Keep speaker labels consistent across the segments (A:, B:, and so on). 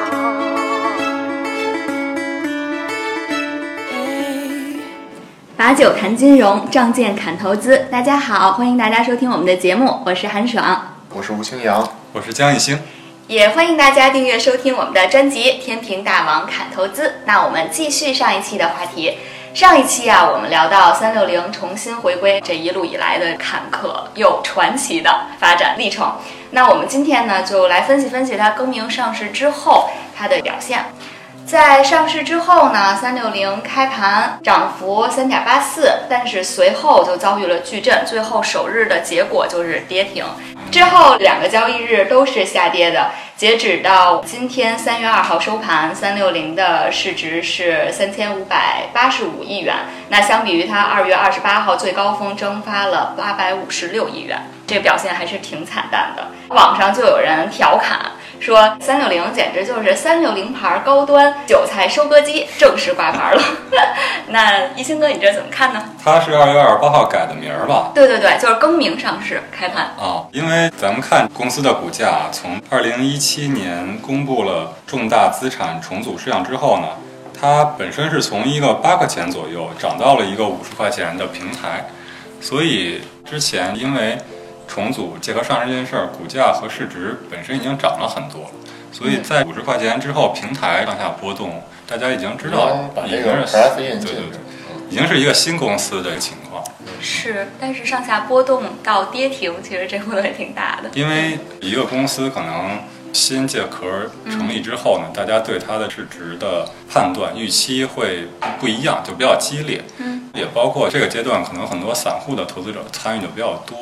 A: 把酒谈金融，仗剑砍投资。大家好，欢迎大家收听我们的节目，我是韩爽，
B: 我是吴清扬，
C: 我是江一星，
A: 也欢迎大家订阅收听我们的专辑《天平大王砍投资》。那我们继续上一期的话题。上一期啊，我们聊到三六零重新回归这一路以来的坎坷又传奇的发展历程。那我们今天呢，就来分析分析它更名上市之后它的表现。在上市之后呢，三六零开盘涨幅三点八四，但是随后就遭遇了巨震，最后首日的结果就是跌停。之后两个交易日都是下跌的，截止到今天三月二号收盘，三六零的市值是三千五百八十五亿元，那相比于它二月二十八号最高峰蒸发了八百五十六亿元，这个表现还是挺惨淡的。网上就有人调侃。说三六零简直就是三六零牌高端韭菜收割机，正式挂牌了。 那一星哥，你这怎么看呢？
C: 它是二月二十八号改的名儿吧？
A: 对对对，就是更名上市开盘。
C: 啊、因为咱们看公司的股价啊，从二零一七年公布了重大资产重组事项之后呢，它本身是从一个八块钱左右涨到了一个五十块钱的平台，所以之前因为重组结合上市这件事儿，股价和市值本身已经涨了很多了，所
B: 嗯
C: 以在五十块钱之后，平台上下波动，大家已经知道
B: 嗯把
C: 已
B: 这
C: 经
B: 个
C: 是
B: graph 印
C: 对
B: 进
C: 对
B: 去
C: 嗯对，，已经是一个新公司的情况。
A: 是，但是上下波动到跌停，其实这波动也挺大的。
C: 因为一个公司可能新借壳儿成立之后呢，大家对它的市值的判断预期会不一样，就比较激烈。
A: 嗯，
C: 也包括这个阶段，可能很多散户的投资者参与的比较多，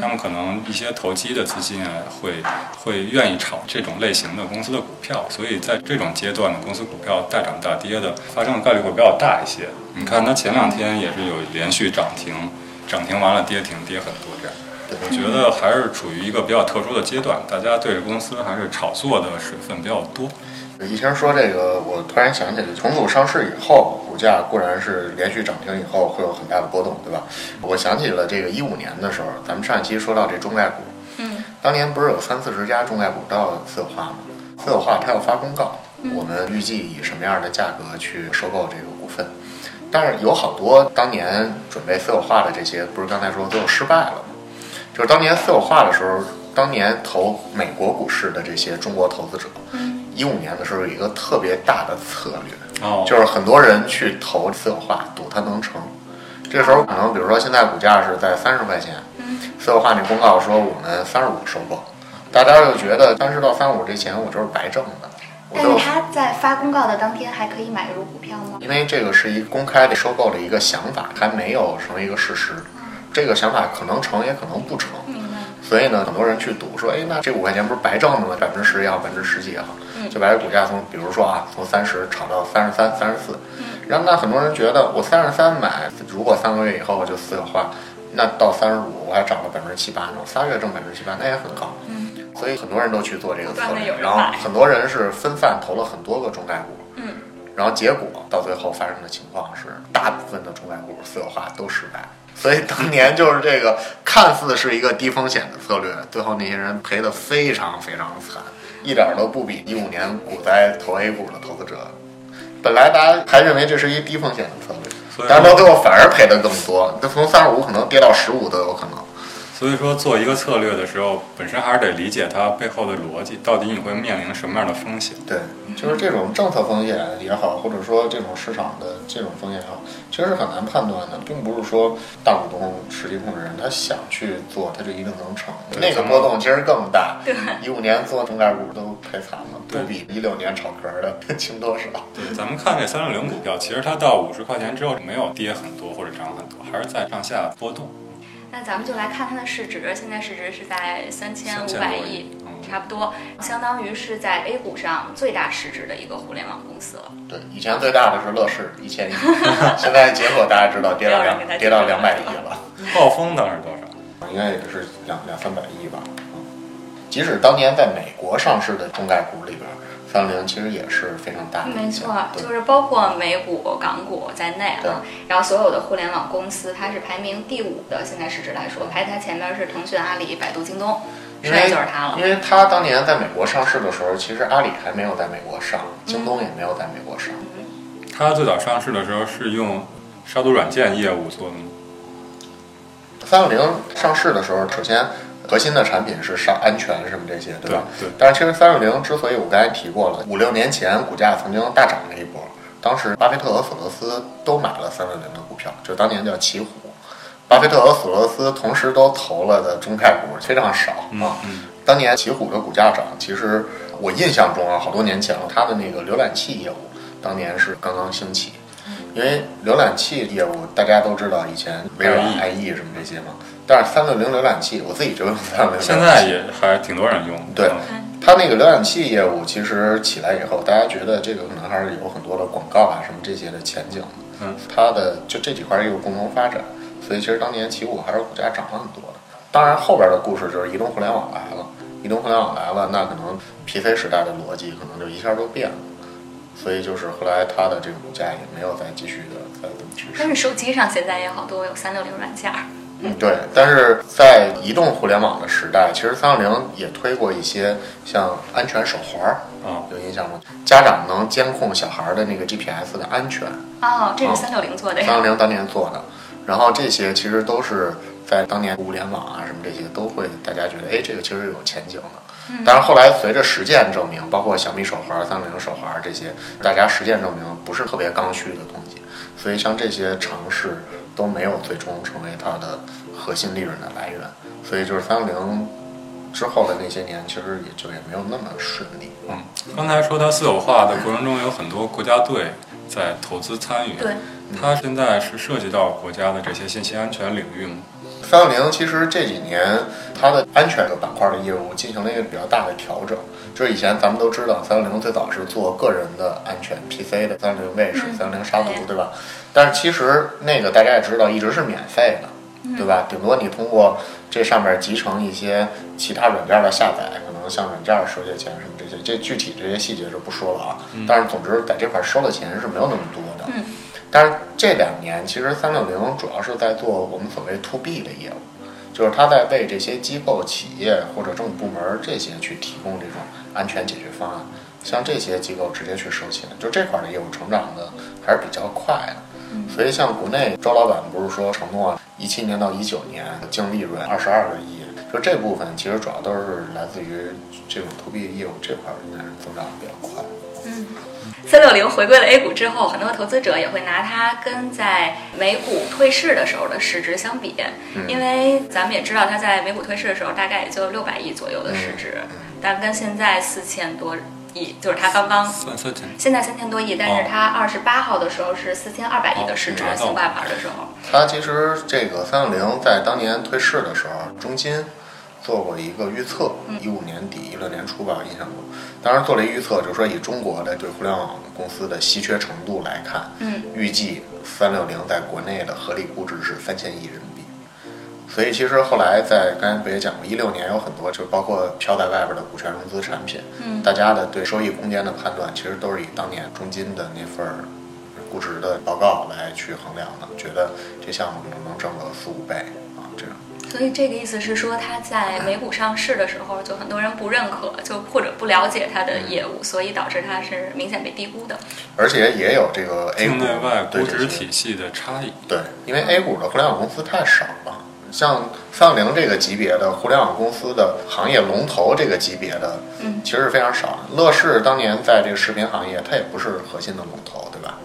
C: 他们可能一些投机的资金啊，会会愿意炒这种类型的公司的股票，所以在这种阶段呢，公司股票大涨大跌的发生的概率会比较大一些。你看它前两天也是有连续涨停，涨停完了跌停，跌很多这样。我觉得还是处于一个比较特殊的阶段，大家对公司还是炒作的水分比较多。
B: 一听说这个，我突然想起来，重组上市以后，股价固然是连续涨停以后会有很大的波动，对吧？我想起了这个一五年的时候，咱们上一期说到这中概股，
A: 嗯，
B: 当年不是有三四十家中概股都要私有化吗？私有化它要发公告，我们预计以什么样的价格去收购这个股份？但是有好多当年准备私有化的这些，不是刚才说最后失败了吗？就是当年私有化的时候，当年投美国股市的这些中国投资者，一五年的时候有一个特别大的策略，
C: 哦
B: 就是很多人去投私有化，赌它能成。这时候可能比如说现在股价是在三十块钱，私有化那公告说我们三十五收购，大家就觉得三十到三十五这钱我就是白挣的。我
A: 但
B: 就是
A: 他在发公告的当天还可以买入股票吗？
B: 因为这个是一个公开的收购的一个想法，还没有成为一个事实。这个想法可能成也可能不成，
A: 明白。
B: 所以呢，很多人去赌说，哎，那这五块钱不是白挣的吗？百分之十也好，百分之十几也好，
A: 嗯
B: 就把这股价从，比如说啊，从三十炒到三十三、三十四，然后那很多人觉得我三十三买，如果三个月以后我就私有化，那到三十五我还涨了百分之七八呢，我仨月挣百分之七八，那也很高。所以很多人都去做这个
A: 嗯
B: 策
A: 不断地有人
B: 略，然后
A: 买
B: 很多人是分散投了很多个中概股，
A: 嗯，
B: 然后结果到最后发生的情况是，大部分的中概股私有化都失败。所以当年就是这个，看似是一个低风险的策略，最后那些人赔得非常非常惨，一点儿都不比一五年股灾投 A 股的投资者。本来大家还认为这是一低风险的策
C: 所
B: 略，
C: 以
B: 但是到最后反而赔得更多，那从三十五可能跌到十五都有可能。
C: 所以说，做一个策略的时候，本身还是得理解它背后的逻辑，到底你会面临什么样的风险。
B: 对，就是这种政策风险也好，或者说这种市场的这种风险也好，其实是很难判断的，并不是说大股东、实际控制人他想去做，他就一定能成。
C: 对
B: 那个
C: 咱们
B: 波动其实更大。
A: 对，
B: 一五年做中概股都赔惨了，不
C: 对
B: 比一六年炒壳的 轻多少。
C: 对，咱们看这三六零股票，其实它到五十块钱之后没有跌很多或者涨很多，还是在上下波动。
A: 那咱们就来看它的市值，现在市值是在三千五
C: 3500
A: 百亿，
C: 嗯
A: 差不多，相当于是在 A 股上最大市值的一个互联网公司了。
B: 对，以前最大的是乐视一千亿， 现在结果大家知道跌到
A: 没有人
B: 两
A: 给他
B: 跌到
A: 竞争
B: 两百亿了。
C: 暴风当时多少？
B: 应该也是两两三百亿吧。嗯即使当年在美国上市的中概股里边，三六零其实也是非常大的
A: 嗯没
B: 一家。
A: 错，
B: 对
A: 就是包括美股、港股在内啊，然后所有的互联网公司，它是排名第五的，现在市值来说，排它前面是腾讯、阿里、百度、京东，剩下就是它了。
B: 因为它当年在美国上市的时候，其实阿里还没
A: 嗯
B: 有在美国上，京东也没有在美国上。
C: 它最早上市的时候是用杀毒软件业务做的吗？
B: 三六零上市的时候，首先核心的产品是上安全什么这些，
C: 对
B: 吧？
C: 对，
B: 但是其实三六零之所以我刚才提过了，五六年前股价曾经大涨了一波，当时巴菲特和索罗斯都买了三六零的股票，就当年叫奇虎。巴菲特和索罗斯同时都投了的中概股非常少啊。
C: 嗯
B: 当年奇虎的股价涨，其实我印象中啊，好多年前了，它的那个浏览器业务当年是刚刚兴起，因为浏览器业务大家都知道，以前微软、IE 什么这些嘛。但是三六零浏览器，我自己就用三六零，
C: 现在也还挺多人用。
B: 对
C: 嗯
B: 它那个浏览器业务其实起来以后，大家觉得这个可能还是有很多的广告啊什么这些的前景。
C: 嗯，
B: 它的就这几块也有共同发展，所以其实当年起舞还是股价涨了很多的。当然后边的故事就是移动互联网来了，移动互联网来了，那可能 PC 时代的逻辑可能就一下都变了，所以就是后来它的这个股价也没有再继续的再怎么去
A: 但是手机上现在也好多有三六零软件儿，
B: 嗯，对，但是在移动互联网的时代，其实三六零也推过一些像安全手环儿，
C: 啊
B: 有印象吗？家长能监控小孩儿的那个 GPS 的安全，
A: 哦，这
B: 哦
A: 是三六零做的
B: 三
A: 呀。
B: 六零当年做的，然后这些其实都是在当年物联网啊什么这些都会大家觉得，哎，这个其实有前景的。但是后来随着实践证明，包括小米手环、三六零手环这些，大家实践证明不是特别刚需的东西，所以像这些尝试都没有最终成为它的核心利润的来源。所以就是三六零之后的那些年，其实也就也没有那么顺利。
C: 嗯，刚才说它私有化的过程中，有很多国家队在投资参与。
A: 对，
C: 它现在是涉及到国家的这些信息安全领域吗？
B: 三六零其实这几年它的安全的板块的业务进行了一个比较大的调整，就是以前咱们都知道，三六零最早是做个人的安全 PC 的，三六零卫士、
A: 嗯
B: 三六零杀毒
A: 对，
B: 对吧？但是其实那个大家也知道，一直是免费
A: 嗯
B: 的，对吧？顶多你通过这上面集成一些其他软件的下载，可能像软件收些钱什么这些，这具体这些细节就不说了啊。但是总之在这块收的钱是没有那么多的。
A: 嗯
B: 但是这两年，其实三六零主要是在做我们所谓 to B 的业务，就是它在为这些机构、企业或者政府部门儿这些去提供这种安全解决方案。像这些机构直接去收钱，就这块儿的业务成长的还是比较快的。所以像国内周老板不是说承诺一七年到一九年净利润二十二个亿，就这部分其实主要都是来自于这种 to B 业务这块儿应该是增长得比较快。
A: 三六零回归了 A 股之后，很多投资者也会拿它跟在美股退市的时候的市值相比，
C: 嗯
A: 因为咱们也知道它在美股退市的时候大概也就六百亿左右的市
C: 嗯
A: 值，但跟现在四千多亿，就是它刚刚
C: 三三千。
A: 现在三千多亿，但是它二十八号的时候是四千二百亿的市值
C: 哦，
A: 新挂牌的时候，
B: 它其实这个三六零在当年退市的时候，中金做过一个预测，一五年底一六年初吧，印象中，当时做了一预测，就是说以中国的对互联网公司的稀缺程度来看，
A: 嗯，
B: 预计三六零在国内的合理估值是三千亿人民币。所以其实后来在刚才不也讲过，一六年有很多就包括飘在外边的股权融资产品，嗯，大家的对收益空间的判断，其实都是以当年中金的那份儿估值的报告来去衡量的，觉得这项目可能能挣个四五倍啊，这样。
A: 所以这个意思是说，它在美股上市的时候，就很多人不认可，就或者不了解它的业务，所以导致它是明显被低估的。
B: 而且也有这个 A
C: 境
B: 股
C: 内外估
B: 对这
C: 值
B: 些
C: 体系的差异，
B: 对，因为 A 股的互联网公司太少了，像三六零这个级别的互联网公司的行业龙头这个级别的，
A: 嗯，
B: 其实是非常少的。乐视当年在这个视频行业，它也不是核心的龙头，对吧？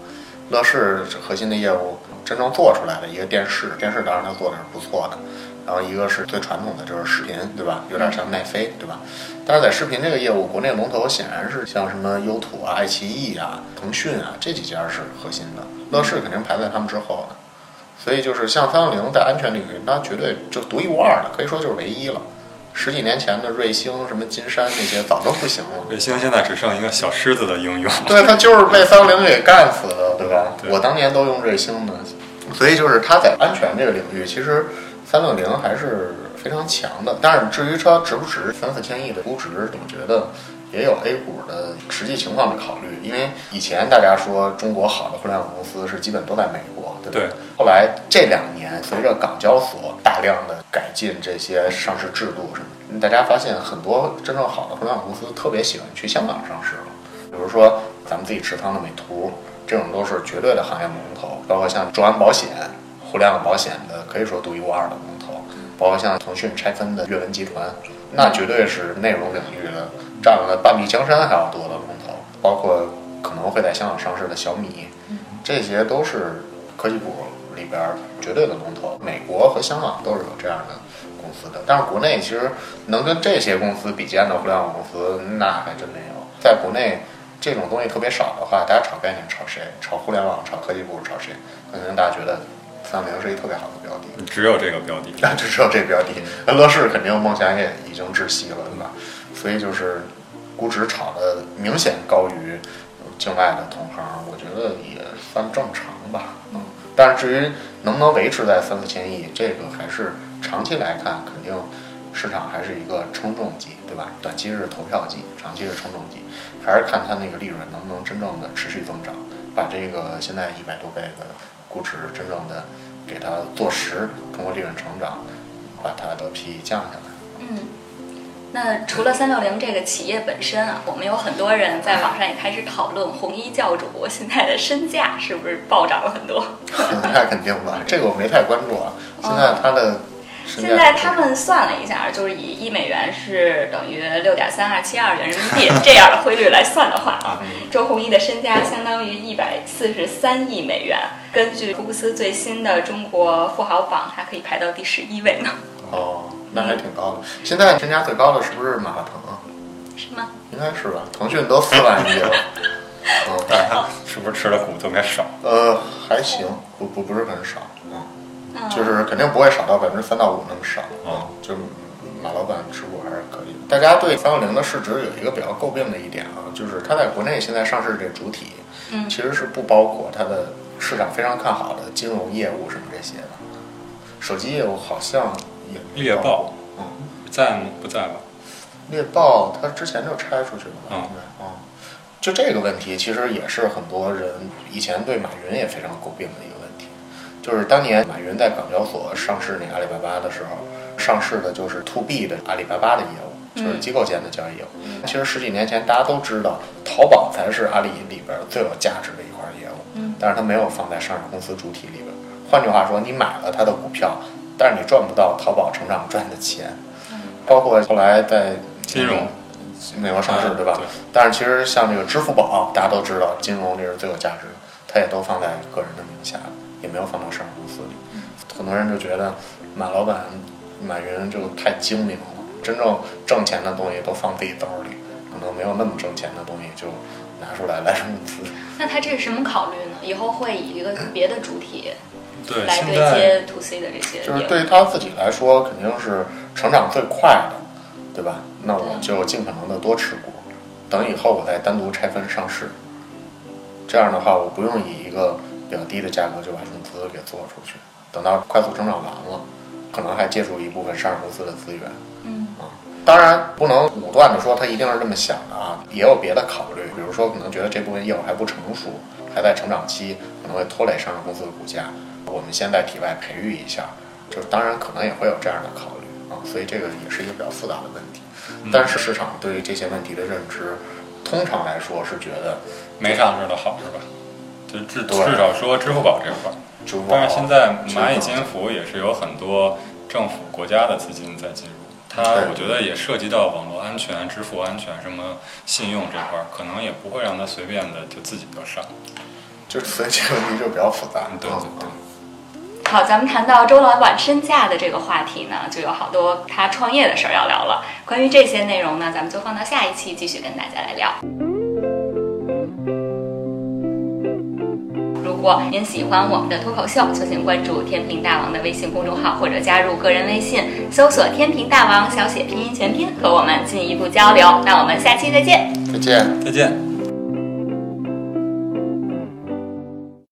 B: 乐视核心的业务真正做出来的一个电视，电视当然它做的是不错的，然后一个是最传统的就是视频，对吧？有点像奈飞，对吧？但是在视频这个业务，国内龙头显然是像什么优土啊、爱奇艺啊、腾讯啊这几家是核心的，乐视肯定排在他们之后的。所以就是像三六零在安全领域，它绝对就独一无二的，可以说就是唯一了。十几年前的瑞星、什么金山那些早都不行了，
C: 卫星现在只剩一个小狮子的应用。
B: 对，它就是被三六零给干死的，对吧？
C: 对
B: 我当年都用瑞星的，所以就是它在安全这个领域，其实三六零还是非常强的。但是至于它值不值三四千亿的估值，我觉得也有 A 股的实际情况的考虑。因为以前大家说中国好的互联网公司是基本都在美国，对吧？
C: 对
B: 后来这两年，随着港交所大量的改进这些上市制度什么，大家发现很多真正好的互联网公司特别喜欢去香港上市了。比如说咱们自己持仓的美图，这种都是绝对的行业龙头，包括像众安保险、互联网保险的可以说独一无二的龙头，包括像腾讯拆分的阅文集团，那绝对是内容领域的占了半壁江山还要多的龙头，包括可能会在香港上市的小米，这些都是科技股里边儿绝对的龙头，美国和香港都是有这样的公司的。但是国内其实能跟这些公司比肩的互联网公司，那还真没有。在国内这种东西特别少的话，大家炒概念炒谁？炒互联网、炒科技股、炒谁？可能大家觉得三六零是一特别好的标的，
C: 只有这个标 的。
B: 那啊就只有这标的。那乐视肯定梦想也已经窒息了，对吧？所以就是估值炒的明显高于境外的同行，我觉得也算正常吧。嗯，但是至于能不能维持在三四千亿，这个还是长期来看，肯定市场还是一个称重机，对吧？短期是投票机，长期是称重机，还是看它那个利润能不能真正的持续增长，把这个现在一百多倍的估值真正的给它做实，通过利润成长把它的 PE 降下来。
A: 嗯，那除了三六零这个企业本身啊，我们有很多人在网上也开始讨论红衣教主现在的身价是不是暴涨了很多？
B: 那肯定吧，这个我没太关注啊。现在它的身价
A: 哦现在他们算了一下，就是以一美元是等于六点三二七二元人民 币这样的汇率来算的话啊，周鸿祎的身家相当于一百四十三亿美元。根据福布斯最新的中国富豪榜，还可以排到第十一位呢，
B: 哦，那还挺高的。现在身价最高的是不是马化腾啊？
A: 是吗？
B: 应该是吧，腾讯都四万 亿了。嗯，
C: 但是他是不是吃的股特别少？啊
B: 呃，还行，不不不是很少，嗯，
A: 嗯，
B: 就是肯定不会少到百分之三到五那么少。
C: 哦
B: 嗯，就是马老板持股还是可以的。大家对三六零的市值有一个比较诟病的一点啊，就是它在国内现在上市这主体，
A: 嗯
B: 其实是不包括它的市场非常看好的金融业务什么这些的。手机业务好像也没
C: 猎
B: 包
C: 豹
B: 括，嗯。
C: 在吗？不在吧？
B: 猎豹它之前就拆出去了嘛，
C: 嗯
B: 应该啊。就这个问题，其实也是很多人以前对马云也非常诟病的一个问题，就是当年马云在港交所上市那个阿里巴巴的时候，上市的就是 to B 的阿里巴巴的业务，就是机构间的交易业务。其实十几年前大家都知道，淘宝才是阿里里边最有价值的一块业务，
A: 嗯
B: 但是它没有放在上市公司主体里边。换句话说，你买了它的股票，但是你赚不到淘宝成长赚的钱。包括后来在
C: 金融啊
B: 美国上市，对吧？
C: 对
B: 但是其实像这个支付宝，大家都知道，金融这是最有价值的，它也都放在个人的名下，也没有放到上市公司里。很多人就觉得马老板、马云就太精明了，真正挣钱的东西都放自己兜里，可能没有那么挣钱的东西就拿出来来融资。
A: 那他这是什么考虑呢？以后会以一个别的主体
C: 对，
A: 来
C: 现
A: 对
C: 在
A: 接 to C 的这些
B: 就是
A: 业务。
B: 对于他自己来说，肯定是成长最快的，对吧？那我就尽可能的多持股，等以后我再单独拆分上市。这样的话，我不用以一个比较低的价格就把融资给做出去，等到快速成长完了，可能还借助一部分上市公司的资源。啊
A: 嗯
B: 当然不能武断的说他一定是这么想的啊，也有别的考虑，比如说可能觉得这部分业务还不成熟，还在成长期，可能会拖累上市公司的股价。我们先在体外培育一下，就是当然可能也会有这样的考虑啊，所以这个也是一个比较复杂的问题。
C: 嗯
B: 但是市场对于这些问题的认知，通常来说是觉得
C: 没上市的好是吧？就至
B: 对
C: 至少说支付宝这块儿，
B: 支付宝
C: 但是现在
B: 支付宝
C: 蚂蚁金服也是有很多政府国家的资金在进入，它
B: 对
C: 我觉得也涉及到网络安全、支付安全、什么信用这块儿，可能也不会让它随便的就自己就上。
B: 就所以这个问题就比较复杂。
C: 对对对
B: 嗯
A: 好，咱们谈到周老板身价的这个话题呢，就有好多他创业的事儿要聊了。关于这些内容呢，咱们就放到下一期继续跟大家来聊。如果您喜欢我们的脱口秀，就请关注天平大王的微信公众号，或者加入个人微信，搜索“天平大王”小写拼音全拼，和我们进一步交流。那我们下期再见。
B: 啊再见。
C: 再见。